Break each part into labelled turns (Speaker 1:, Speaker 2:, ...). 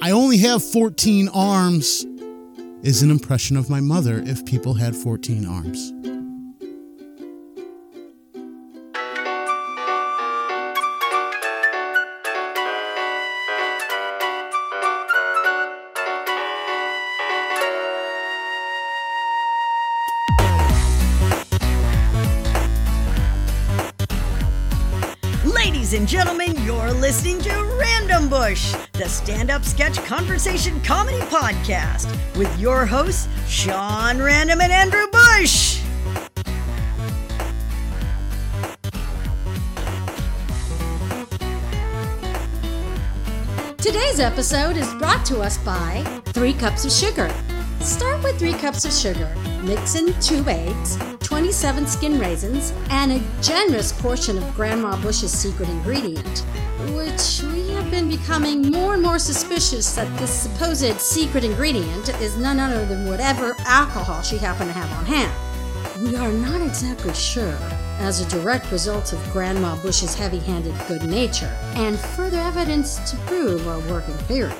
Speaker 1: I only have 14 arms is an impression of my mother if people had 14 arms.
Speaker 2: Ladies and gentlemen, you're listening to Random Bush, the stand up sketch conversation comedy podcast with your hosts, Sean Random and Andrew Bush.
Speaker 3: Today's episode is brought to us by Three Cups of Sugar. Start with three cups of sugar, mix in two eggs, 27 skin raisins, and a generous portion of Grandma Bush's secret ingredient, which we have been becoming more and more suspicious that this supposed secret ingredient is none other than whatever alcohol she happened to have on hand. We are not exactly sure, as a direct result of Grandma Bush's heavy handed good nature, and further evidence to prove our working theory.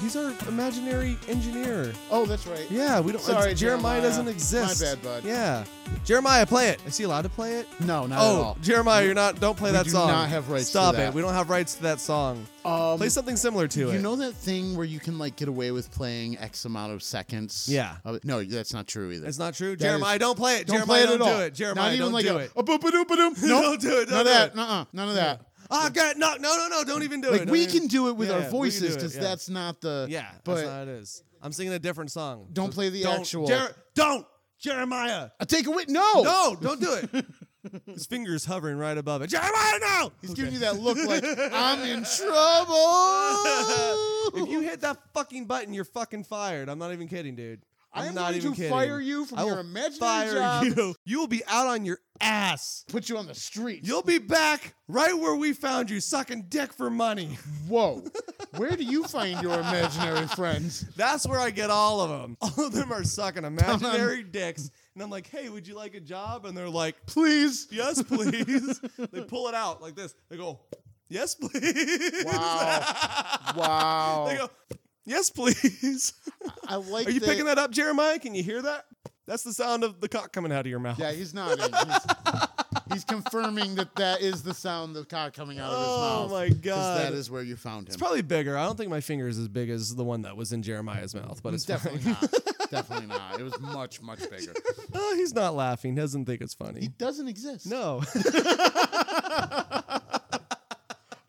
Speaker 4: He's our imaginary engineer.
Speaker 5: Oh, that's right.
Speaker 4: Yeah, we don't.
Speaker 5: Sorry,
Speaker 4: it's-
Speaker 5: Jeremiah.
Speaker 4: Jeremiah, doesn't exist.
Speaker 5: My bad, bud.
Speaker 4: Yeah, Jeremiah, play it. Is he allowed to play it?
Speaker 5: No, not
Speaker 4: oh,
Speaker 5: at all.
Speaker 4: Jeremiah, you're not. Don't play
Speaker 5: We
Speaker 4: that
Speaker 5: do
Speaker 4: song.
Speaker 5: not have rights to
Speaker 4: Stop
Speaker 5: that.
Speaker 4: it. We don't have rights to that song.
Speaker 5: Um,
Speaker 4: play something similar to it.
Speaker 5: You know that thing where you can like get away with playing X amount of seconds?
Speaker 4: Yeah.
Speaker 5: of it? No, that's not true either.
Speaker 4: it's not true.
Speaker 5: That
Speaker 4: Jeremiah,
Speaker 5: is-
Speaker 4: don't play it.
Speaker 5: Don't
Speaker 4: Jeremiah,
Speaker 5: play it
Speaker 4: don't
Speaker 5: at all.
Speaker 4: do it. Jeremiah,
Speaker 5: not even
Speaker 4: don't
Speaker 5: like
Speaker 4: do
Speaker 5: a, Oh,
Speaker 4: it.
Speaker 5: A boop a doop a doop. Nope.
Speaker 4: Don't do it. Don't
Speaker 5: none of
Speaker 4: do
Speaker 5: that.
Speaker 4: it.
Speaker 5: Nuh-uh, none of that.
Speaker 4: Ah, God, no, no, no, no! Don't even do it.
Speaker 5: Like
Speaker 4: Don't
Speaker 5: we
Speaker 4: even-
Speaker 5: can do it with
Speaker 4: Yeah,
Speaker 5: our
Speaker 4: yeah, we can do
Speaker 5: voices
Speaker 4: it,
Speaker 5: because
Speaker 4: yeah.
Speaker 5: that's not the
Speaker 4: Yeah,
Speaker 5: But
Speaker 4: that's not how it is. I'm singing a different song.
Speaker 5: Don't play the
Speaker 4: don't,
Speaker 5: actual-
Speaker 4: Jer- don't, Jeremiah.
Speaker 5: I take a wit. No,
Speaker 4: No, don't do it. His fingers hovering right above it. Jeremiah, no!
Speaker 5: He's giving you that look like I'm in trouble.
Speaker 4: if you hit that fucking button, you're fucking fired. I'm not even kidding, dude. I'm,
Speaker 5: I am
Speaker 4: not
Speaker 5: going
Speaker 4: even
Speaker 5: to
Speaker 4: kidding.
Speaker 5: fire you from
Speaker 4: I will
Speaker 5: your imaginary
Speaker 4: fire
Speaker 5: job.
Speaker 4: you. You will be out on your ass.
Speaker 5: Put you on the street.
Speaker 4: You'll be back right where we found you, sucking dick for money.
Speaker 5: Whoa, where do you find your imaginary friends?
Speaker 4: That's where I get all of them. All of them are sucking imaginary dicks. And I'm like, hey, would you like a job? And they're like,
Speaker 5: Please.
Speaker 4: yes, please. they pull it out like this. They go, yes, please.
Speaker 5: Wow. Wow.
Speaker 4: They go, yes, please.
Speaker 5: I Oh. like.
Speaker 4: Are you
Speaker 5: that-
Speaker 4: picking that up, Jeremiah? Can you hear that? That's the sound of the cock coming out of your mouth.
Speaker 5: Yeah, he's nodding. He's, he's confirming that that is the sound of cock coming out of his
Speaker 4: Oh
Speaker 5: mouth.
Speaker 4: my
Speaker 5: 'cause
Speaker 4: God.
Speaker 5: that is where you found him.
Speaker 4: It's probably bigger. I don't think my finger is as big as the one that was in Jeremiah's mouth, but it's
Speaker 5: Mm, Definitely
Speaker 4: fine.
Speaker 5: not. Definitely not. It was much much bigger.
Speaker 4: oh, he's not laughing. He doesn't think it's funny.
Speaker 5: He doesn't exist.
Speaker 4: no.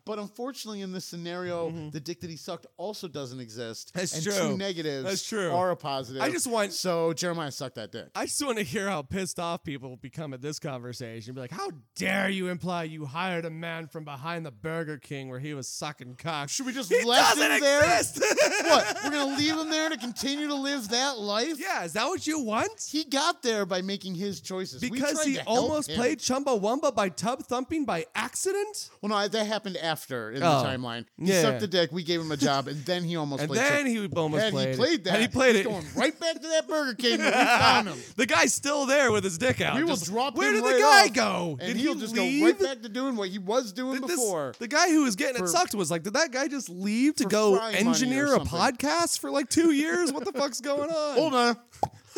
Speaker 5: But unfortunately, in this scenario, the dick that he sucked also doesn't exist.
Speaker 4: Mm-hmm. That's
Speaker 5: and
Speaker 4: true.
Speaker 5: Two negatives.
Speaker 4: That's true.
Speaker 5: Are a positive.
Speaker 4: I just want-
Speaker 5: So Jeremiah sucked that dick.
Speaker 4: I just want to hear how pissed off people become at this conversation. Be like, how dare you imply you hired a man from behind the Burger King where he was sucking cock?
Speaker 5: Should we just
Speaker 4: He
Speaker 5: left
Speaker 4: doesn't
Speaker 5: him there?
Speaker 4: exist!
Speaker 5: what? We're gonna leave him there to continue to live that life?
Speaker 4: yeah, is that what you want?
Speaker 5: He got there by making his choices. We
Speaker 4: Because
Speaker 5: tried
Speaker 4: he
Speaker 5: to help
Speaker 4: almost
Speaker 5: him.
Speaker 4: played Chumbawamba by tub thumping by accident?
Speaker 5: Well, no, that happened after in
Speaker 4: Oh.
Speaker 5: the timeline. He
Speaker 4: Yeah.
Speaker 5: sucked the dick. We gave him a job, and then he almost
Speaker 4: And
Speaker 5: played.
Speaker 4: then
Speaker 5: something.
Speaker 4: he almost
Speaker 5: Had
Speaker 4: played.
Speaker 5: he played that.
Speaker 4: And he played
Speaker 5: he's
Speaker 4: it.
Speaker 5: Going right back to that Burger King. That we found him.
Speaker 4: The guy's still there with his dick out.
Speaker 5: We will
Speaker 4: Just,
Speaker 5: drop
Speaker 4: Where
Speaker 5: him
Speaker 4: did the
Speaker 5: right
Speaker 4: guy
Speaker 5: off,
Speaker 4: go?
Speaker 5: And
Speaker 4: did
Speaker 5: he'll
Speaker 4: he
Speaker 5: just
Speaker 4: leave?
Speaker 5: go right back to doing what he was doing
Speaker 4: Did this-
Speaker 5: before.
Speaker 4: the guy who was getting it
Speaker 5: For-
Speaker 4: sucked was like, did that guy just leave to
Speaker 5: For
Speaker 4: go
Speaker 5: fry money or
Speaker 4: engineer a
Speaker 5: something.
Speaker 4: podcast for like two years? what the fuck's going on?
Speaker 5: Hold on.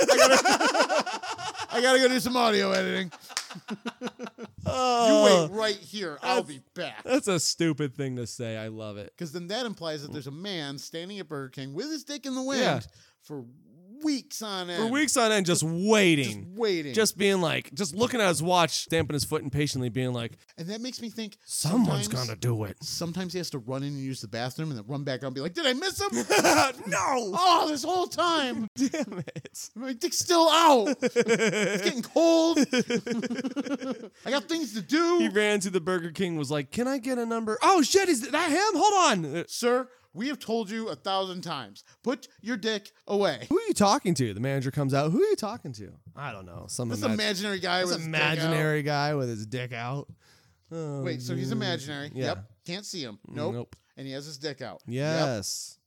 Speaker 5: I gotta, I gotta go do some audio editing.
Speaker 4: Oh,
Speaker 5: you wait right here. I'll be back.
Speaker 4: That's a stupid thing to say. I love it.
Speaker 5: Because then that implies that there's a man standing at Burger King with his dick in the wind
Speaker 4: Mm. Yeah.
Speaker 5: for weeks on end.
Speaker 4: For weeks on end, just
Speaker 5: Just
Speaker 4: waiting.
Speaker 5: waiting.
Speaker 4: Just being like, just looking at his watch, stamping his foot impatiently, being like,
Speaker 5: and that makes me think
Speaker 4: someone's
Speaker 5: sometimes-
Speaker 4: gonna do it.
Speaker 5: Sometimes he has to run in and use the bathroom and then run back out and be like, Did I miss him?
Speaker 4: no!
Speaker 5: oh, this whole time.
Speaker 4: Damn it.
Speaker 5: My dick's still out. it's getting cold. I got things to do.
Speaker 4: He ran to the Burger King, was like, Can I get a number? Oh shit, is that him? Hold on. Uh,
Speaker 5: Sir, we have told you a thousand times. Put your dick away.
Speaker 4: Who are you talking to? The manager comes out. Who are you talking to? I don't know. Some
Speaker 5: This
Speaker 4: imag-
Speaker 5: imaginary guy
Speaker 4: this
Speaker 5: with his dick out.
Speaker 4: imaginary guy with his dick out. Oh,
Speaker 5: Wait, so he's
Speaker 4: dude.
Speaker 5: imaginary.
Speaker 4: Yeah.
Speaker 5: Yep. Can't see him. Nope.
Speaker 4: Nope.
Speaker 5: And he has his dick out. Yep.
Speaker 4: Yes.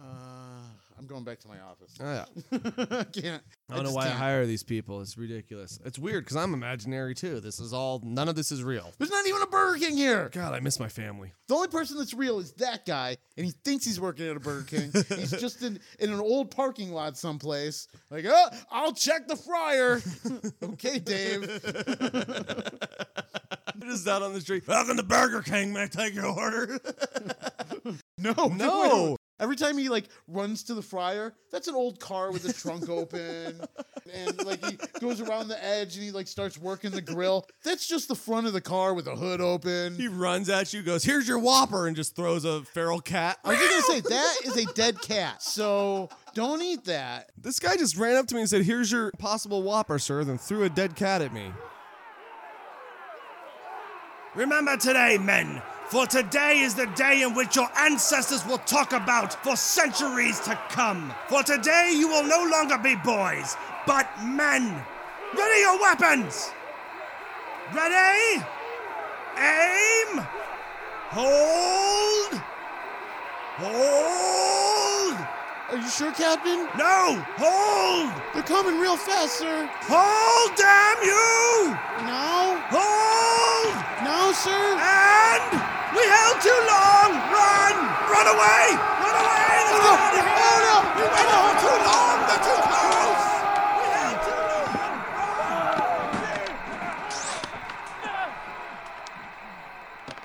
Speaker 5: Uh, I'm I'm going back to my office.
Speaker 6: Oh, yeah.
Speaker 5: I can't.
Speaker 6: I don't know
Speaker 5: just
Speaker 6: why I
Speaker 5: can't.
Speaker 6: hire these people. It's ridiculous. It's weird because I'm imaginary too. This is all, none of this is real.
Speaker 5: There's not even a Burger King here.
Speaker 6: God, I miss my family.
Speaker 5: The only person that's real is that guy, and he thinks he's working at a Burger King. he's just in, in an old parking lot someplace. Like, oh, I'll check the fryer. okay, Dave.
Speaker 6: Just out on the street. Welcome to Burger King. May I take your order?
Speaker 5: No,
Speaker 6: No.
Speaker 5: Every time he like runs to the fryer, that's an old car with the trunk open, and like he goes around the edge and he like starts working the grill. That's just the front of the car with the hood open.
Speaker 6: he runs at you, goes, "Here's your Whopper," and just throws a feral cat.
Speaker 5: I was just gonna say that is a dead cat, so don't eat that.
Speaker 6: This guy just ran up to me and said, "Here's your possible Whopper, sir," then threw a dead cat at me.
Speaker 7: Remember today, men, for today is the day in which your ancestors will talk about for centuries to come. For today, you will no longer be boys, but men. Ready your weapons! Ready? Aim! Hold! Hold!
Speaker 5: Are you sure, Captain?
Speaker 7: No! Hold!
Speaker 5: They're coming real fast, sir.
Speaker 7: Hold, damn you!
Speaker 5: No,
Speaker 7: Hold!
Speaker 5: no, sir.
Speaker 7: And we held too long. Run! Run away! Run away! They're
Speaker 5: No,
Speaker 7: out of
Speaker 5: no,
Speaker 7: here!
Speaker 5: no.
Speaker 7: You went on too long. They're too close. We held too long.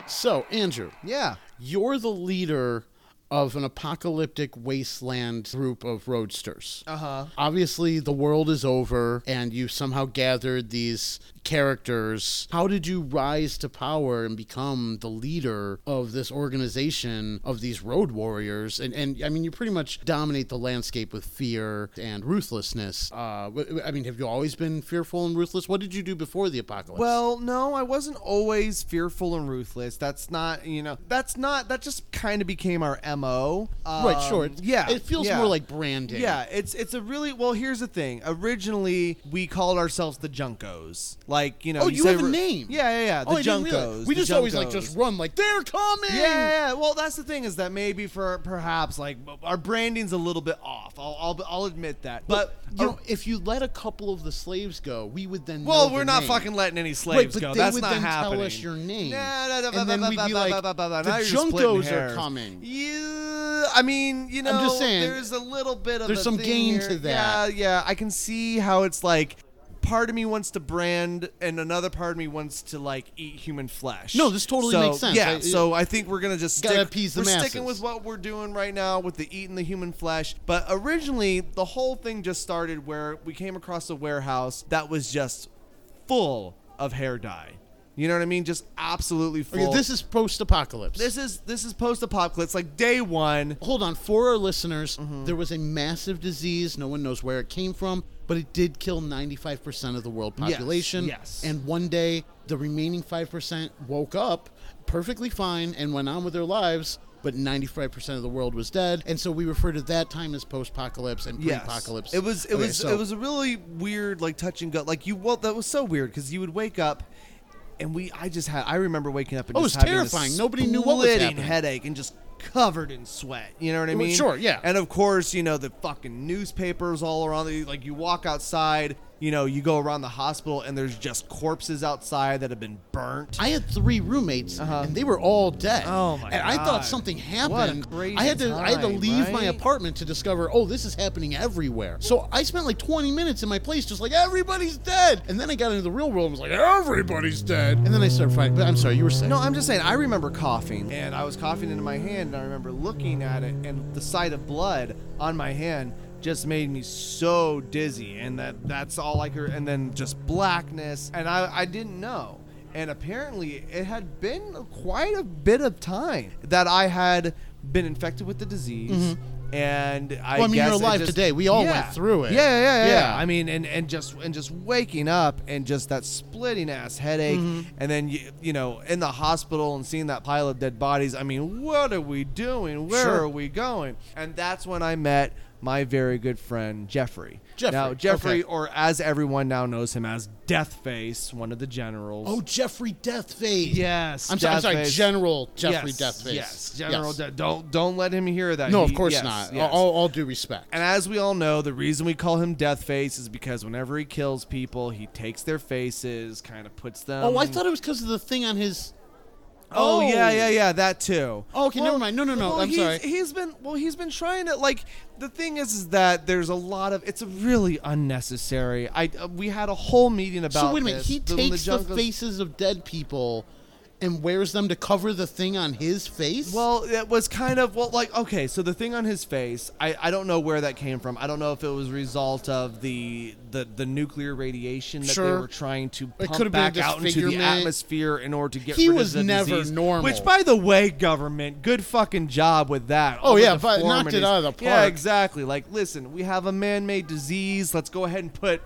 Speaker 5: So, Andrew,
Speaker 6: Yeah.
Speaker 5: you're the leader of an apocalyptic wasteland group of roadsters. Uh huh.
Speaker 4: Uh-huh.
Speaker 5: Obviously, the world is over, and you somehow gathered these characters. How did you rise to power and become the leader of this organization of these road warriors? And and I mean, you pretty much dominate the landscape with fear and ruthlessness. Uh, wh- wh- I mean, have you always been fearful and ruthless? What did you do before the apocalypse?
Speaker 4: Well, no, I wasn't always fearful and ruthless. That's not, you know, that's not, that just kind of became our MO.
Speaker 5: Right, sure.
Speaker 4: Um,
Speaker 5: It-
Speaker 4: Yeah.
Speaker 5: It feels
Speaker 4: yeah.
Speaker 5: more like branding.
Speaker 4: Yeah, it's it's a really well. Here's the thing. Originally, we called ourselves the Junkos. Like you know.
Speaker 5: Oh, you
Speaker 4: say
Speaker 5: have a
Speaker 4: we're-
Speaker 5: name.
Speaker 4: Yeah, yeah, yeah. The
Speaker 5: Oh, I didn't realize.
Speaker 4: Junkos.
Speaker 5: We
Speaker 4: the
Speaker 5: just always like
Speaker 4: Junkos.
Speaker 5: just run like they're coming.
Speaker 4: Yeah, yeah, yeah. well, that's the thing is that maybe for perhaps like our branding's a little bit off. I'll I'll, I'll admit that. But
Speaker 5: You
Speaker 4: our-
Speaker 5: know, if you let a couple of the slaves go, we would then.
Speaker 4: Well,
Speaker 5: know
Speaker 4: we're
Speaker 5: the
Speaker 4: not
Speaker 5: name.
Speaker 4: fucking letting any
Speaker 5: Right,
Speaker 4: slaves
Speaker 5: but
Speaker 4: go.
Speaker 5: they
Speaker 4: That's
Speaker 5: would
Speaker 4: not
Speaker 5: then
Speaker 4: happening.
Speaker 5: tell us your name.
Speaker 4: Nah, nah, nah,
Speaker 5: and
Speaker 4: nah,
Speaker 5: then
Speaker 4: nah,
Speaker 5: we'd
Speaker 4: nah,
Speaker 5: be
Speaker 4: nah,
Speaker 5: like,
Speaker 4: nah, nah, nah,
Speaker 5: the
Speaker 4: now you're splitting
Speaker 5: Junkos are
Speaker 4: hairs."
Speaker 5: coming.
Speaker 4: You, I mean, you know,
Speaker 5: just saying,
Speaker 4: there's a little bit of
Speaker 5: there's
Speaker 4: a
Speaker 5: some
Speaker 4: thing
Speaker 5: gain
Speaker 4: here.
Speaker 5: to that.
Speaker 4: Yeah, yeah, I can see how it's like. Part of me wants to brand, and another part of me wants to like eat human flesh.
Speaker 5: No, this totally
Speaker 4: So,
Speaker 5: makes sense.
Speaker 4: Yeah,
Speaker 5: I-
Speaker 4: so I think we're gonna just
Speaker 5: Gotta
Speaker 4: stick,
Speaker 5: appease the
Speaker 4: We're
Speaker 5: masses.
Speaker 4: sticking with what we're doing right now with the eating the human flesh. But originally, the whole thing just started where we came across a warehouse that was just full of hair dye. You know what I mean? Just absolutely full.
Speaker 5: Okay, this is post-apocalypse.
Speaker 4: this is this is post apocalypse, like day one.
Speaker 5: Hold on, for our listeners,
Speaker 4: Mm-hmm.
Speaker 5: there was a massive disease. No one knows where it came from, but it did kill 95% of the world population.
Speaker 4: yes.
Speaker 5: And one day, the remaining 5% woke up perfectly fine and went on with their lives, but 95% of the world was dead. And so we refer to that time as post apocalypse and pre
Speaker 4: Yes.
Speaker 5: apocalypse.
Speaker 4: It was it was it was a really weird like touch and go. Like you well that was so weird because you would wake up. And we, I just had, I remember waking up and
Speaker 5: Oh, it
Speaker 4: just
Speaker 5: was
Speaker 4: having
Speaker 5: terrifying.
Speaker 4: This
Speaker 5: Nobody knew what was
Speaker 4: splitting
Speaker 5: happening.
Speaker 4: headache and just covered in sweat. You know what I
Speaker 5: Well,
Speaker 4: mean?
Speaker 5: sure, yeah.
Speaker 4: And of course, you know the fucking newspapers all around. the- Like you walk outside, you know, you go around the hospital and there's just corpses outside that have been burnt.
Speaker 5: I had three roommates, and they were all dead.
Speaker 4: Uh-huh. Oh, my
Speaker 5: And I thought
Speaker 4: God.
Speaker 5: something
Speaker 4: What a
Speaker 5: happened.
Speaker 4: crazy
Speaker 5: I had to I had to
Speaker 4: time,
Speaker 5: leave my
Speaker 4: right?
Speaker 5: apartment to discover. Oh, this is happening everywhere. So I spent like 20 minutes in my place, just like everybody's dead. And then I got into the real world and was like, everybody's dead. And then I started fighting. But I'm sorry, you were saying.
Speaker 4: No, I'm just saying, I remember coughing, and I was coughing into my hand, and I remember looking at it, and the sight of blood on my hand just made me so dizzy, and that that's all I could, and then just blackness, and I, I didn't know. And apparently, it had been quite a bit of time that I had been infected with the disease. And
Speaker 5: Mm-hmm.
Speaker 4: I,
Speaker 5: Well, I mean, you're
Speaker 4: guess it
Speaker 5: alive
Speaker 4: just-
Speaker 5: today. We all went
Speaker 4: Yeah.
Speaker 5: through it.
Speaker 4: Yeah, yeah, yeah,
Speaker 5: Yeah.
Speaker 4: yeah. I mean, and, and just and just waking up and just that splitting ass headache,
Speaker 5: Mm-hmm.
Speaker 4: and then you you know in the hospital and seeing that pile of dead bodies. I mean, what are we doing? Where
Speaker 5: Sure.
Speaker 4: are we going? And that's when I met my very good friend Jeffrey.
Speaker 5: Jeffrey,
Speaker 4: Now, Jeffrey,
Speaker 5: okay.
Speaker 4: or as everyone now knows him as Deathface, one of the generals.
Speaker 5: Oh, Jeffrey Deathface.
Speaker 4: Yes,
Speaker 5: I'm, so, I'm sorry,
Speaker 4: Deathface.
Speaker 5: General Jeffrey
Speaker 4: yes,
Speaker 5: Deathface.
Speaker 4: Yes, General.
Speaker 5: Yes.
Speaker 4: De- don't don't let him hear that.
Speaker 5: No,
Speaker 4: He-
Speaker 5: of course
Speaker 4: yes,
Speaker 5: not. Oh,
Speaker 4: yes.
Speaker 5: All, all due respect.
Speaker 4: And as we all know, the reason we call him Deathface is because whenever he kills people, he takes their faces, kind of puts them.
Speaker 5: oh, I thought it was because of the thing on his.
Speaker 4: Oh, yeah, yeah, yeah, that too.
Speaker 5: Oh, okay, never mind. No, no, no,
Speaker 4: well,
Speaker 5: I'm sorry.
Speaker 4: he's- He's been well. He's been trying to like. The thing is, is that there's a lot of. It's really unnecessary. I uh, we had a whole meeting about.
Speaker 5: So wait a minute.
Speaker 4: this,
Speaker 5: He
Speaker 4: the- when
Speaker 5: takes the,
Speaker 4: jungle-
Speaker 5: faces of dead people, and wears them to cover the thing on his face.
Speaker 4: Well, it was kind of well, like okay. So the thing on his face, I, I don't know where that came from. I don't know if it was a result of the the, the nuclear radiation that they
Speaker 5: Sure.
Speaker 4: were trying to
Speaker 5: It
Speaker 4: pump
Speaker 5: could've been a
Speaker 4: back out into the
Speaker 5: disfigurement.
Speaker 4: atmosphere in order to get
Speaker 5: He
Speaker 4: rid
Speaker 5: was
Speaker 4: of the
Speaker 5: never
Speaker 4: disease.
Speaker 5: normal.
Speaker 4: Which, by the way, government, good fucking job with that. All
Speaker 5: Oh,
Speaker 4: the
Speaker 5: yeah, but knocked it
Speaker 4: deformities.
Speaker 5: out of the
Speaker 4: Yeah,
Speaker 5: park.
Speaker 4: exactly. Like, listen, we have a man-made disease. Let's go ahead and put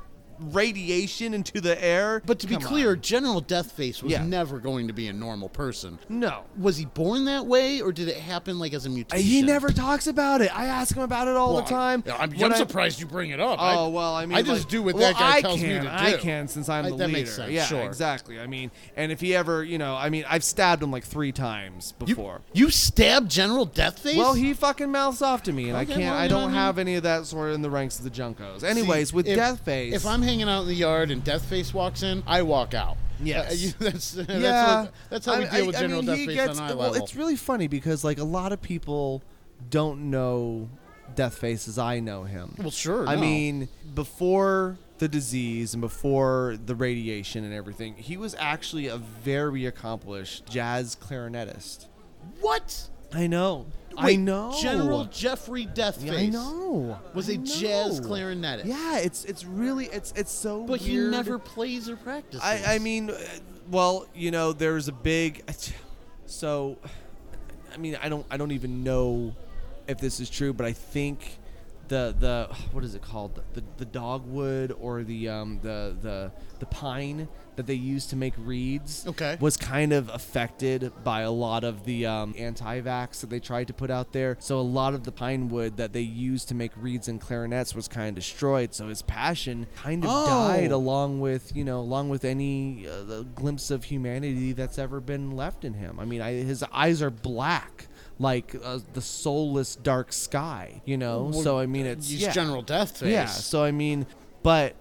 Speaker 4: radiation into the air.
Speaker 5: but to be
Speaker 4: Come on.
Speaker 5: clear, General Deathface was
Speaker 4: Yeah.
Speaker 5: never going to be a normal person.
Speaker 4: no.
Speaker 5: Was he born that way, or did it happen like as a mutation?
Speaker 4: Uh, He never talks about it. I ask him about it all the time.
Speaker 5: I'm,
Speaker 4: When I-
Speaker 5: surprised you bring it up.
Speaker 4: Oh well, I mean,
Speaker 5: I just
Speaker 4: like-
Speaker 5: do what
Speaker 4: well,
Speaker 5: that guy
Speaker 4: I
Speaker 5: tells
Speaker 4: can,
Speaker 5: me to do.
Speaker 4: I can since I'm
Speaker 5: I-
Speaker 4: the
Speaker 5: that
Speaker 4: leader.
Speaker 5: makes sense,
Speaker 4: yeah,
Speaker 5: sure.
Speaker 4: exactly. I mean, and if he ever, you know, I mean, I've stabbed him like three times
Speaker 5: You,
Speaker 4: before.
Speaker 5: you stabbed General Deathface?
Speaker 4: well, he fucking mouths off to me, and I
Speaker 5: Okay,
Speaker 4: can't.
Speaker 5: well,
Speaker 4: I
Speaker 5: you know, I
Speaker 4: don't
Speaker 5: mean-
Speaker 4: have any of that sort in the ranks of the Junkos.
Speaker 5: See,
Speaker 4: Anyways, with
Speaker 5: if-
Speaker 4: Deathface,
Speaker 5: If I'm hanging out in the yard and Deathface walks in, I walk out.
Speaker 4: Yes.
Speaker 5: Uh, you- that's, that's,
Speaker 4: yeah,
Speaker 5: what- that's how we
Speaker 4: I-
Speaker 5: deal
Speaker 4: I-
Speaker 5: with
Speaker 4: I
Speaker 5: General
Speaker 4: mean, he
Speaker 5: Deathface
Speaker 4: gets-
Speaker 5: on eye
Speaker 4: well,
Speaker 5: level.
Speaker 4: It's really funny because like a lot of people don't know Deathface as I know him.
Speaker 5: Well, sure,
Speaker 4: I
Speaker 5: no.
Speaker 4: mean, before the disease and before the radiation and everything, he was actually a very accomplished jazz clarinetist.
Speaker 5: what?
Speaker 4: I know. I
Speaker 5: Wait,
Speaker 4: know.
Speaker 5: General Jeffrey Deathface.
Speaker 4: Yeah, I know.
Speaker 5: Was
Speaker 4: a
Speaker 5: a jazz clarinetist.
Speaker 4: Yeah, it's it's really it's it's so.
Speaker 5: But he
Speaker 4: weird.
Speaker 5: never plays or practices.
Speaker 4: I, I mean, uh, well, you know, there's a big. So, I mean, I don't, I don't even know if this is true, but I think the the what is it called the the, the dogwood or the um the the the pine that they use to make reeds
Speaker 5: Okay.
Speaker 4: was kind of affected by a lot of the um, anti-vax that they tried to put out there so a lot of the pine wood that they used to make reeds and clarinets was kind of destroyed so his passion kind of died
Speaker 5: Oh.
Speaker 4: along with you know along with any uh, the glimpse of humanity that's ever been left in him i mean I, his eyes are black like uh, the soulless dark sky you know so i mean it's
Speaker 5: he's
Speaker 4: yeah.
Speaker 5: General Deathface.
Speaker 4: yeah so i mean but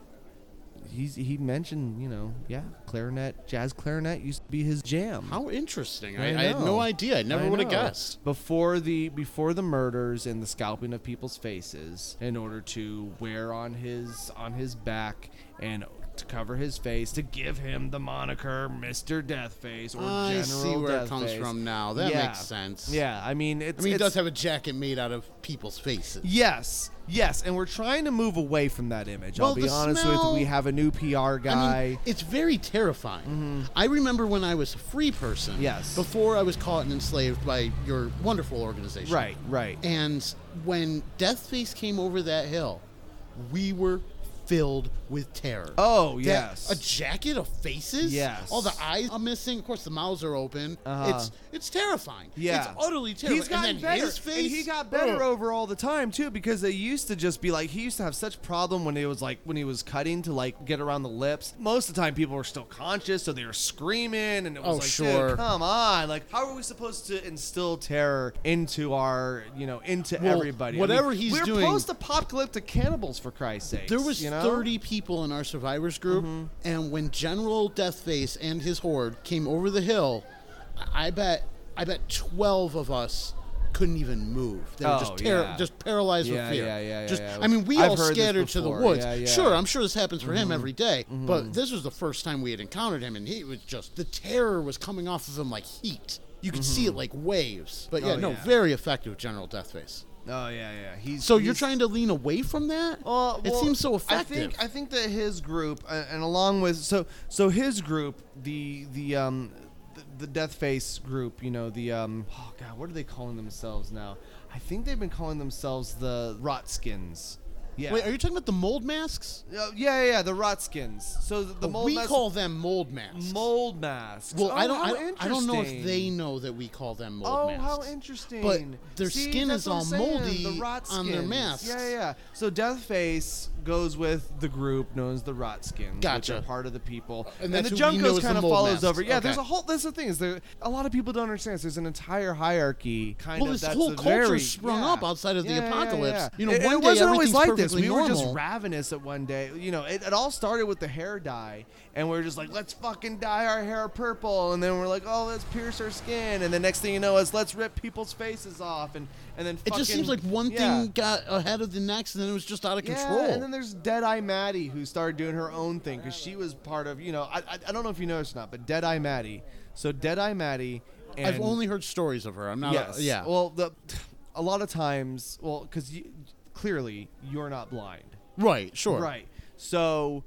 Speaker 4: he's he mentioned you know yeah clarinet jazz clarinet used to be his jam
Speaker 5: How interesting.
Speaker 4: I
Speaker 5: I, I, had
Speaker 4: know.
Speaker 5: no idea. I never
Speaker 4: I
Speaker 5: would have
Speaker 4: know.
Speaker 5: guessed.
Speaker 4: Before the before the murders and the scalping of people's faces in order to wear on his on his back and to cover his face to give him the moniker Mr. Deathface or
Speaker 5: I
Speaker 4: General
Speaker 5: see where it comes
Speaker 4: Deathface.
Speaker 5: from now. That
Speaker 4: Yeah.
Speaker 5: makes sense.
Speaker 4: Yeah, I mean it's
Speaker 5: I mean, he
Speaker 4: it's,
Speaker 5: does have a jacket made out of people's faces.
Speaker 4: Yes, yes, and we're trying to move away from that image. I'll
Speaker 5: Well,
Speaker 4: be
Speaker 5: the
Speaker 4: honest with
Speaker 5: smell-
Speaker 4: you. We have a new PR guy. Mm-hmm.
Speaker 5: I mean, it's very terrifying. I remember when I was a free person.
Speaker 4: Yes.
Speaker 5: Before I was caught and enslaved by your wonderful organization.
Speaker 4: right, right.
Speaker 5: And when Deathface came over that hill, we were filled with terror.
Speaker 4: Oh,
Speaker 5: That-
Speaker 4: yes.
Speaker 5: a jacket of faces.
Speaker 4: Yes.
Speaker 5: all the eyes are missing. Of course, the mouths are open.
Speaker 4: Uh-huh.
Speaker 5: It's it's terrifying.
Speaker 4: Yeah,
Speaker 5: it's utterly terrifying.
Speaker 4: He's gotten
Speaker 5: and then
Speaker 4: better.
Speaker 5: His face,
Speaker 4: and he got better
Speaker 5: ugh.
Speaker 4: over all the time too, because they used to just be like he used to have such problem when it was like when he was cutting to like get around the lips. Most of the time, people were still conscious, so they were screaming, and it was
Speaker 5: Oh,
Speaker 4: like, dude,
Speaker 5: sure.
Speaker 4: come on, like how are we supposed to instill terror into our you know into
Speaker 5: Well,
Speaker 4: everybody? I
Speaker 5: whatever
Speaker 4: mean,
Speaker 5: he's
Speaker 4: we're
Speaker 5: doing-
Speaker 4: post-apocalyptic cannibals for Christ's sake.
Speaker 5: There was
Speaker 4: you know? Mm-hmm.
Speaker 5: 30 people in our survivors group, and when General Deathface and his horde came over the hill, I I bet I bet 12 of us couldn't even move. They were
Speaker 4: Oh,
Speaker 5: just terror,
Speaker 4: yeah.
Speaker 5: just paralyzed
Speaker 4: Yeah,
Speaker 5: with fear.
Speaker 4: yeah, yeah, yeah,
Speaker 5: just,
Speaker 4: yeah.
Speaker 5: I mean, we
Speaker 4: I've
Speaker 5: all
Speaker 4: heard this
Speaker 5: scattered to the
Speaker 4: before.
Speaker 5: woods.
Speaker 4: Yeah, Mm-hmm. yeah.
Speaker 5: Sure, I'm sure this happens for him every day, but this was the first time we had encountered him, and he was just the terror was coming off of him like heat. You could see it like waves. But yeah,
Speaker 4: Mm-hmm. Oh,
Speaker 5: no,
Speaker 4: yeah.
Speaker 5: very effective General Deathface.
Speaker 4: Oh yeah, yeah. He's
Speaker 5: So you're
Speaker 4: he's-
Speaker 5: trying to lean away from that?
Speaker 4: Uh,
Speaker 5: it
Speaker 4: well,
Speaker 5: seems so effective.
Speaker 4: I think I think that his group uh, and along with so so his group the the um the, the Deathface group you know the um oh god what are they calling themselves now I think they've been calling themselves the Rotskins Yeah.
Speaker 5: Wait, are you talking about the mold masks?
Speaker 4: Uh, yeah, yeah, yeah, the rot skins. So the, the
Speaker 5: Oh,
Speaker 4: mold
Speaker 5: we
Speaker 4: masks-
Speaker 5: call them mold masks.
Speaker 4: mold masks.
Speaker 5: Well,
Speaker 4: Oh,
Speaker 5: I don't.
Speaker 4: how
Speaker 5: I, I don't know if
Speaker 4: interesting.
Speaker 5: they know that we call them mold
Speaker 4: Oh,
Speaker 5: masks.
Speaker 4: how interesting!
Speaker 5: But their
Speaker 4: See,
Speaker 5: skin
Speaker 4: that's
Speaker 5: is
Speaker 4: what I'm
Speaker 5: all
Speaker 4: saying,
Speaker 5: moldy
Speaker 4: the rot
Speaker 5: on their
Speaker 4: skins.
Speaker 5: masks.
Speaker 4: Yeah, yeah, yeah. So Deathface goes with the group known as the Rot Skins, which
Speaker 5: Gotcha.
Speaker 4: are part of the people,
Speaker 5: and
Speaker 4: and
Speaker 5: that's
Speaker 4: the
Speaker 5: who we know
Speaker 4: Junkos
Speaker 5: as the
Speaker 4: kind of
Speaker 5: mold
Speaker 4: follows
Speaker 5: masks.
Speaker 4: over. Yeah, there's
Speaker 5: Okay.
Speaker 4: a whole. That's the thing is there. A lot of people don't understand. Is there's an entire hierarchy kind
Speaker 5: Well,
Speaker 4: of.
Speaker 5: this
Speaker 4: that's
Speaker 5: whole
Speaker 4: a
Speaker 5: culture
Speaker 4: very,
Speaker 5: sprung
Speaker 4: yeah.
Speaker 5: up outside of the
Speaker 4: Yeah, yeah,
Speaker 5: apocalypse.
Speaker 4: yeah.
Speaker 5: You know,
Speaker 4: It-
Speaker 5: one
Speaker 4: it
Speaker 5: day
Speaker 4: wasn't always
Speaker 5: everything's
Speaker 4: like this.
Speaker 5: perfectly
Speaker 4: We were just
Speaker 5: normal.
Speaker 4: ravenous at one day. You know, it, it all started with the hair dye, and we were just like, let's fucking dye our hair purple, and then we're like, oh, let's pierce our skin, and the next thing you know is let's rip people's faces off, and and then
Speaker 5: It just
Speaker 4: fucking-
Speaker 5: seems like one
Speaker 4: yeah.
Speaker 5: thing got ahead of the next, and then it was just out of
Speaker 4: Yeah,
Speaker 5: control.
Speaker 4: and then there's Deadeye Maddie who started doing her own thing because she was part of you know I, I, I don't know if you noticed or not, but Deadeye Maddie. So Deadeye Maddie. And
Speaker 5: I've only heard stories of her. I'm not.
Speaker 4: Yes.
Speaker 5: yeah.
Speaker 4: Well, the a lot of times, well, because you, clearly you're not blind,
Speaker 5: right. Sure.
Speaker 4: right? So,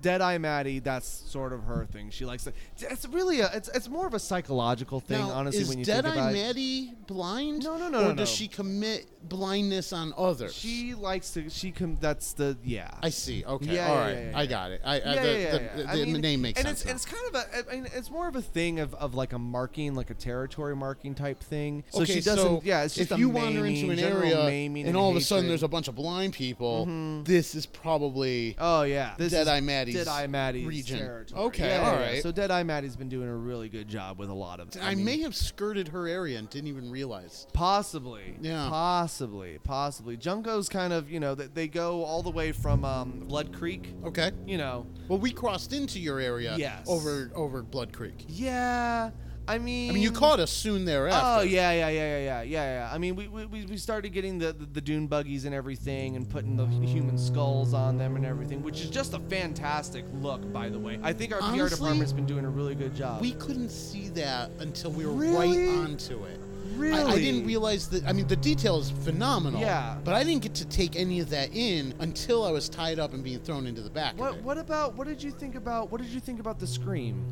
Speaker 4: Deadeye Maddie, that's sort of her thing. She likes it. It's really a. It's it's more of a psychological thing,
Speaker 5: Now,
Speaker 4: honestly.
Speaker 5: is
Speaker 4: when you
Speaker 5: Deadeye
Speaker 4: think about it.
Speaker 5: Maddie blind?
Speaker 4: No, no, no,
Speaker 5: Or
Speaker 4: no,
Speaker 5: does
Speaker 4: no.
Speaker 5: she commit blindness on others?
Speaker 4: she likes to. She com. That's the yeah.
Speaker 5: I see. Okay.
Speaker 4: Yeah,
Speaker 5: all
Speaker 4: yeah,
Speaker 5: right.
Speaker 4: yeah, yeah.
Speaker 5: I got it. I, I,
Speaker 4: yeah,
Speaker 5: the,
Speaker 4: yeah,
Speaker 5: the,
Speaker 4: yeah,
Speaker 5: the,
Speaker 4: yeah. I
Speaker 5: the
Speaker 4: mean,
Speaker 5: name makes
Speaker 4: and
Speaker 5: sense.
Speaker 4: It's, and it's kind of a, I mean, it's more of a thing of, of like a marking, like a territory marking type thing. So
Speaker 5: okay,
Speaker 4: she doesn't.
Speaker 5: so
Speaker 4: yeah, it's just
Speaker 5: if
Speaker 4: a
Speaker 5: you wander
Speaker 4: maiming,
Speaker 5: into an
Speaker 4: general
Speaker 5: area
Speaker 4: maiming
Speaker 5: and Mm-hmm. all of a sudden
Speaker 4: hatred.
Speaker 5: there's a bunch of blind people, this is probably
Speaker 4: Oh yeah, this
Speaker 5: Dead
Speaker 4: is
Speaker 5: Eye Maddie's
Speaker 4: Dead Eye Maddie's
Speaker 5: region.
Speaker 4: territory.
Speaker 5: Okay,
Speaker 4: Yeah, yeah,
Speaker 5: all
Speaker 4: yeah.
Speaker 5: right.
Speaker 4: So Dead Eye Maddie's been doing a really good job with a lot of.
Speaker 5: I
Speaker 4: mean,
Speaker 5: may have skirted her area and didn't even realize.
Speaker 4: possibly,
Speaker 5: Yeah.
Speaker 4: possibly, possibly. Junko's kind of you know they, they go all the way from um, Blood Creek,
Speaker 5: Okay.
Speaker 4: you know.
Speaker 5: Well, we crossed into your area
Speaker 4: Yes.
Speaker 5: over over Blood Creek.
Speaker 4: Yeah, I mean,
Speaker 5: I mean, you caught us soon thereafter.
Speaker 4: Oh yeah, yeah, yeah, yeah, yeah, yeah, yeah. I mean, we we, we we started getting the, the the dune buggies and everything, and putting the human skulls on them and everything, which is just a fantastic look, by the way. I think our PR
Speaker 5: Honestly,
Speaker 4: department's been doing a really good job.
Speaker 5: We couldn't see that until we were
Speaker 4: Really?
Speaker 5: right onto it. I, I
Speaker 4: Really?
Speaker 5: didn't realize that. I mean, the detail is phenomenal.
Speaker 4: Yeah.
Speaker 5: But I didn't get to take any of that in until I was tied up and being thrown into the back.
Speaker 4: what
Speaker 5: of it.
Speaker 4: what about what did you think about what did you think about the scream?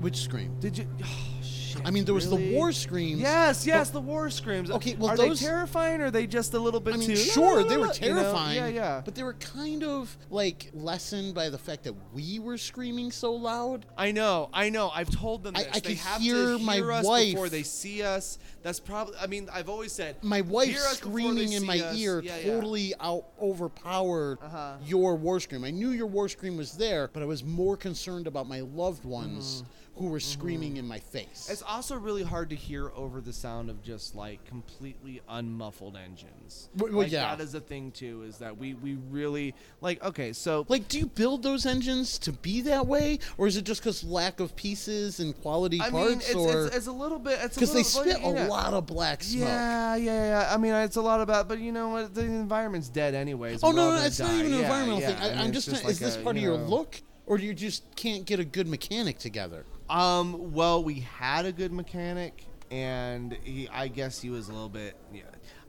Speaker 5: Which scream?
Speaker 4: Did you? Oh, shit,
Speaker 5: I mean, there was
Speaker 4: really?
Speaker 5: the war screams.
Speaker 4: Yes, yes, the war screams.
Speaker 5: Okay, well,
Speaker 4: are
Speaker 5: those-
Speaker 4: they terrifying? or Are they just a little bit
Speaker 5: I mean,
Speaker 4: too?
Speaker 5: sure, they were
Speaker 4: You know?
Speaker 5: terrifying.
Speaker 4: Yeah, yeah.
Speaker 5: But they were kind of like lessened by the fact that we were screaming so loud.
Speaker 4: I know, I know. I've told them
Speaker 5: I-
Speaker 4: this.
Speaker 5: I
Speaker 4: they
Speaker 5: could
Speaker 4: have
Speaker 5: hear
Speaker 4: to
Speaker 5: my
Speaker 4: hear us
Speaker 5: wife-
Speaker 4: before they see us. That's probably. I mean, I've always said
Speaker 5: My wife
Speaker 4: "Hear us before they
Speaker 5: screaming in
Speaker 4: see
Speaker 5: my
Speaker 4: us."
Speaker 5: ear
Speaker 4: Yeah, yeah.
Speaker 5: totally out overpowered
Speaker 4: Uh-huh.
Speaker 5: your war scream. I knew your war scream was there, but I was more concerned about my loved ones who were screaming in my face.
Speaker 4: Mm-hmm. It's also really hard to hear over the sound of just like completely unmuffled engines.
Speaker 5: W- well,
Speaker 4: Like,
Speaker 5: yeah.
Speaker 4: that is a thing too. Is that we we really like okay, so
Speaker 5: like, do you build those engines to be that way, or is it just because lack of pieces and quality
Speaker 4: I mean,
Speaker 5: parts,
Speaker 4: it's,
Speaker 5: or
Speaker 4: it's, it's a little bit it's a
Speaker 5: because they
Speaker 4: little- well,
Speaker 5: spit a
Speaker 4: yeah.
Speaker 5: lot of black smoke?
Speaker 4: Yeah, yeah, yeah. I mean, it's a lot about, but you know what? The environment's dead anyways.
Speaker 5: Oh
Speaker 4: We're all
Speaker 5: no, no,
Speaker 4: gonna
Speaker 5: it's not
Speaker 4: die.
Speaker 5: even an
Speaker 4: Yeah,
Speaker 5: environmental
Speaker 4: yeah.
Speaker 5: thing.
Speaker 4: I
Speaker 5: I,
Speaker 4: mean,
Speaker 5: I'm
Speaker 4: it's
Speaker 5: just,
Speaker 4: like
Speaker 5: is this
Speaker 4: a,
Speaker 5: part
Speaker 4: you
Speaker 5: of your
Speaker 4: know-
Speaker 5: look, or you just can't get a good mechanic together?
Speaker 4: Um, well, we had a good mechanic, and he, I guess he was a little bit. Yeah,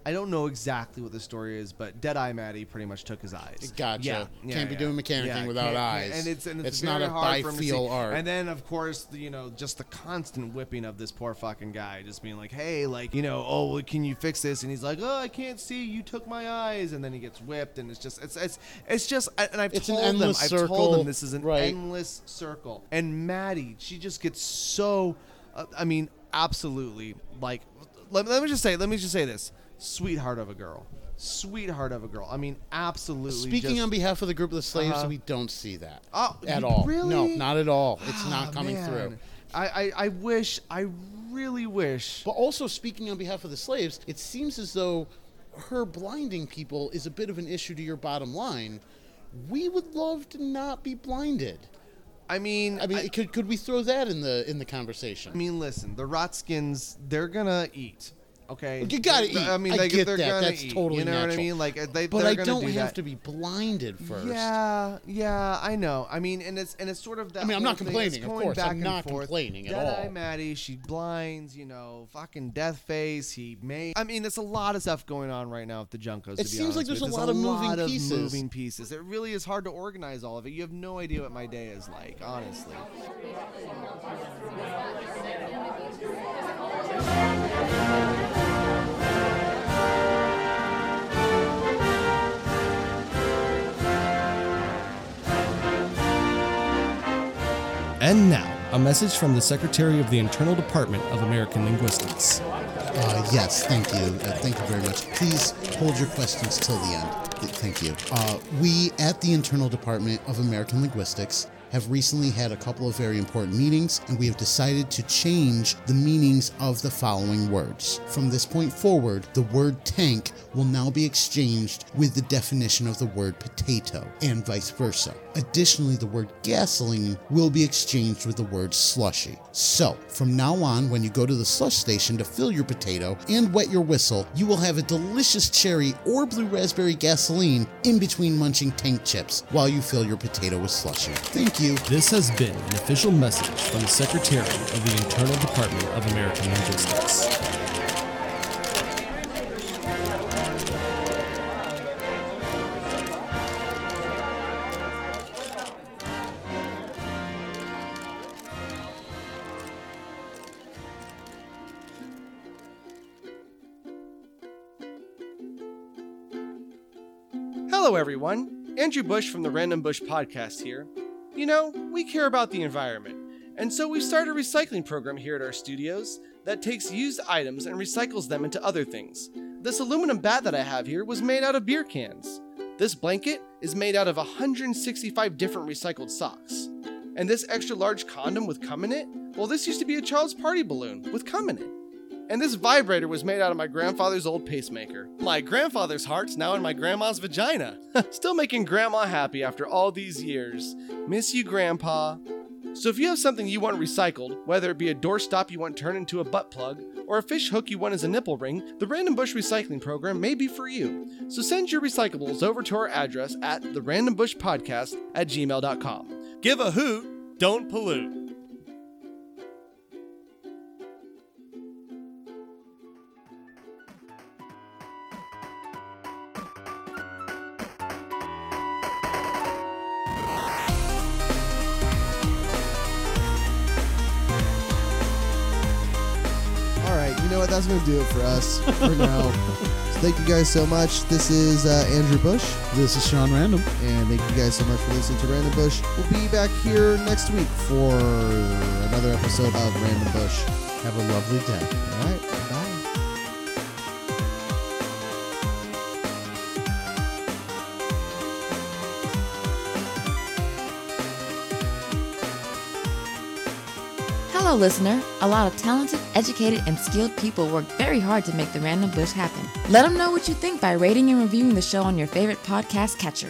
Speaker 4: I don't know exactly what the story is, but Deadeye Maddie pretty much took his eyes.
Speaker 5: Gotcha.
Speaker 4: Yeah, yeah,
Speaker 5: Can't be
Speaker 4: yeah.
Speaker 5: doing mechanic
Speaker 4: Yeah,
Speaker 5: thing without
Speaker 4: can't-
Speaker 5: eyes.
Speaker 4: And it's and it's,
Speaker 5: It's
Speaker 4: very
Speaker 5: not a
Speaker 4: hard for him to
Speaker 5: by-feel
Speaker 4: see.
Speaker 5: art.
Speaker 4: And then of course, the, you know, just the constant whipping of this poor fucking guy, just being like, hey, like you know, oh, well, can you fix this? And he's like, oh, I can't see. You took my eyes. And then he gets whipped, and it's just it's it's it's just. And I've
Speaker 5: It's an
Speaker 4: told them,
Speaker 5: endless
Speaker 4: I've told
Speaker 5: circle,
Speaker 4: them this is an
Speaker 5: right.
Speaker 4: endless circle. And Maddie, she just gets so, uh, I mean, absolutely like. Let, let me just say, let me just say this, sweetheart of a girl, sweetheart of a girl. I mean, absolutely.
Speaker 5: Speaking
Speaker 4: just, Uh-huh.
Speaker 5: on behalf of the group of the slaves, we don't see that
Speaker 4: Oh,
Speaker 5: at
Speaker 4: you-
Speaker 5: all. No,
Speaker 4: really?
Speaker 5: not at all. It's
Speaker 4: Ah,
Speaker 5: not coming
Speaker 4: man.
Speaker 5: through.
Speaker 4: I, I I wish I really wish.
Speaker 5: But also speaking on behalf of the slaves, it seems as though her blinding people is a bit of an issue to your bottom line. We would love to not be blinded.
Speaker 4: I mean,
Speaker 5: I mean, could could we throw that in the in the conversation?
Speaker 4: I mean, listen, the Rotskins, they're gonna eat. Okay,
Speaker 5: You gotta
Speaker 4: They-
Speaker 5: eat.
Speaker 4: I mean,
Speaker 5: I
Speaker 4: they,
Speaker 5: get
Speaker 4: they're
Speaker 5: that.
Speaker 4: gonna
Speaker 5: That's
Speaker 4: eat.
Speaker 5: totally
Speaker 4: You know what I
Speaker 5: natural.
Speaker 4: mean? Like, uh, they,
Speaker 5: but
Speaker 4: they're
Speaker 5: I
Speaker 4: gonna
Speaker 5: don't
Speaker 4: do
Speaker 5: have
Speaker 4: that.
Speaker 5: to be blinded first.
Speaker 4: Yeah, yeah, I know. I mean, and it's and it's sort of
Speaker 5: I
Speaker 4: that.
Speaker 5: mean, I'm
Speaker 4: whole
Speaker 5: not
Speaker 4: thing.
Speaker 5: complaining,
Speaker 4: It's
Speaker 5: of
Speaker 4: going
Speaker 5: course.
Speaker 4: back
Speaker 5: I'm
Speaker 4: and
Speaker 5: not
Speaker 4: forth.
Speaker 5: complaining at
Speaker 4: Deadeye
Speaker 5: all.
Speaker 4: Maddie, she blinds. You know, fucking Deathface. He may. I mean, it's a lot of stuff going on right now with the Junkos. to be
Speaker 5: seems like
Speaker 4: honest
Speaker 5: there's
Speaker 4: with
Speaker 5: a
Speaker 4: you.
Speaker 5: lot of moving
Speaker 4: lot
Speaker 5: pieces.
Speaker 4: moving pieces. It really is hard to organize all of it. You have no idea what my day is like, honestly.
Speaker 6: And now, a message from the Secretary of the Internal Department of American Linguistics.
Speaker 5: Uh, yes, thank you. Uh, thank you very much. Please hold your questions till the end. Th- Thank you. Uh, we at the Internal Department of American Linguistics have recently had a couple of very important meetings, and we have decided to change the meanings of the following words. From this point forward, the word tank will now be exchanged with the definition of the word potato, and vice versa. Additionally, the word gasoline will be exchanged with the word slushy. So, from now on, when you go to the slush station to fill your potato and wet your whistle, you will have a delicious cherry or blue raspberry gasoline in between munching tank chips while you fill your potato with slushy. Thank you.
Speaker 6: This has been an official message from the Secretary of the Internal Department of American Linguistics.
Speaker 4: Hello, everyone. Andrew Bush from the Random Bush Podcast here. You know, we care about the environment, and so we started a recycling program here at our studios that takes used items and recycles them into other things. This aluminum bat that I have here was made out of beer cans. This blanket is made out of 165 different recycled socks. And this extra large condom with cum in it? Well, this used to be a child's party balloon with cum in it. And this vibrator was made out of my grandfather's old pacemaker. My grandfather's heart's now in my grandma's vagina. Still making grandma happy after all these years. Miss you, grandpa. So if you have something you want recycled, whether it be a doorstop you want turned into a butt plug, or a fish hook you want as a nipple ring, the Random Bush Recycling Program may be for you. So send your recyclables over to our address at the Random Bush Podcast at gmail.com.
Speaker 8: Give a hoot, don't pollute.
Speaker 9: All right, you know what? That's going to do it for us for now. So thank you guys so much. This is uh, Andrew Bush,
Speaker 5: This is Sean Random.
Speaker 9: and thank you guys so much for listening to Random Bush. We'll be back here next week for another episode of Random Bush.
Speaker 5: Have a lovely day.
Speaker 9: All right, bye.
Speaker 10: Hello, listener. A lot of talented, educated, and skilled people work very hard to make the Random Bush happen. Let them know what you think by rating and reviewing the show on your favorite podcast catcher.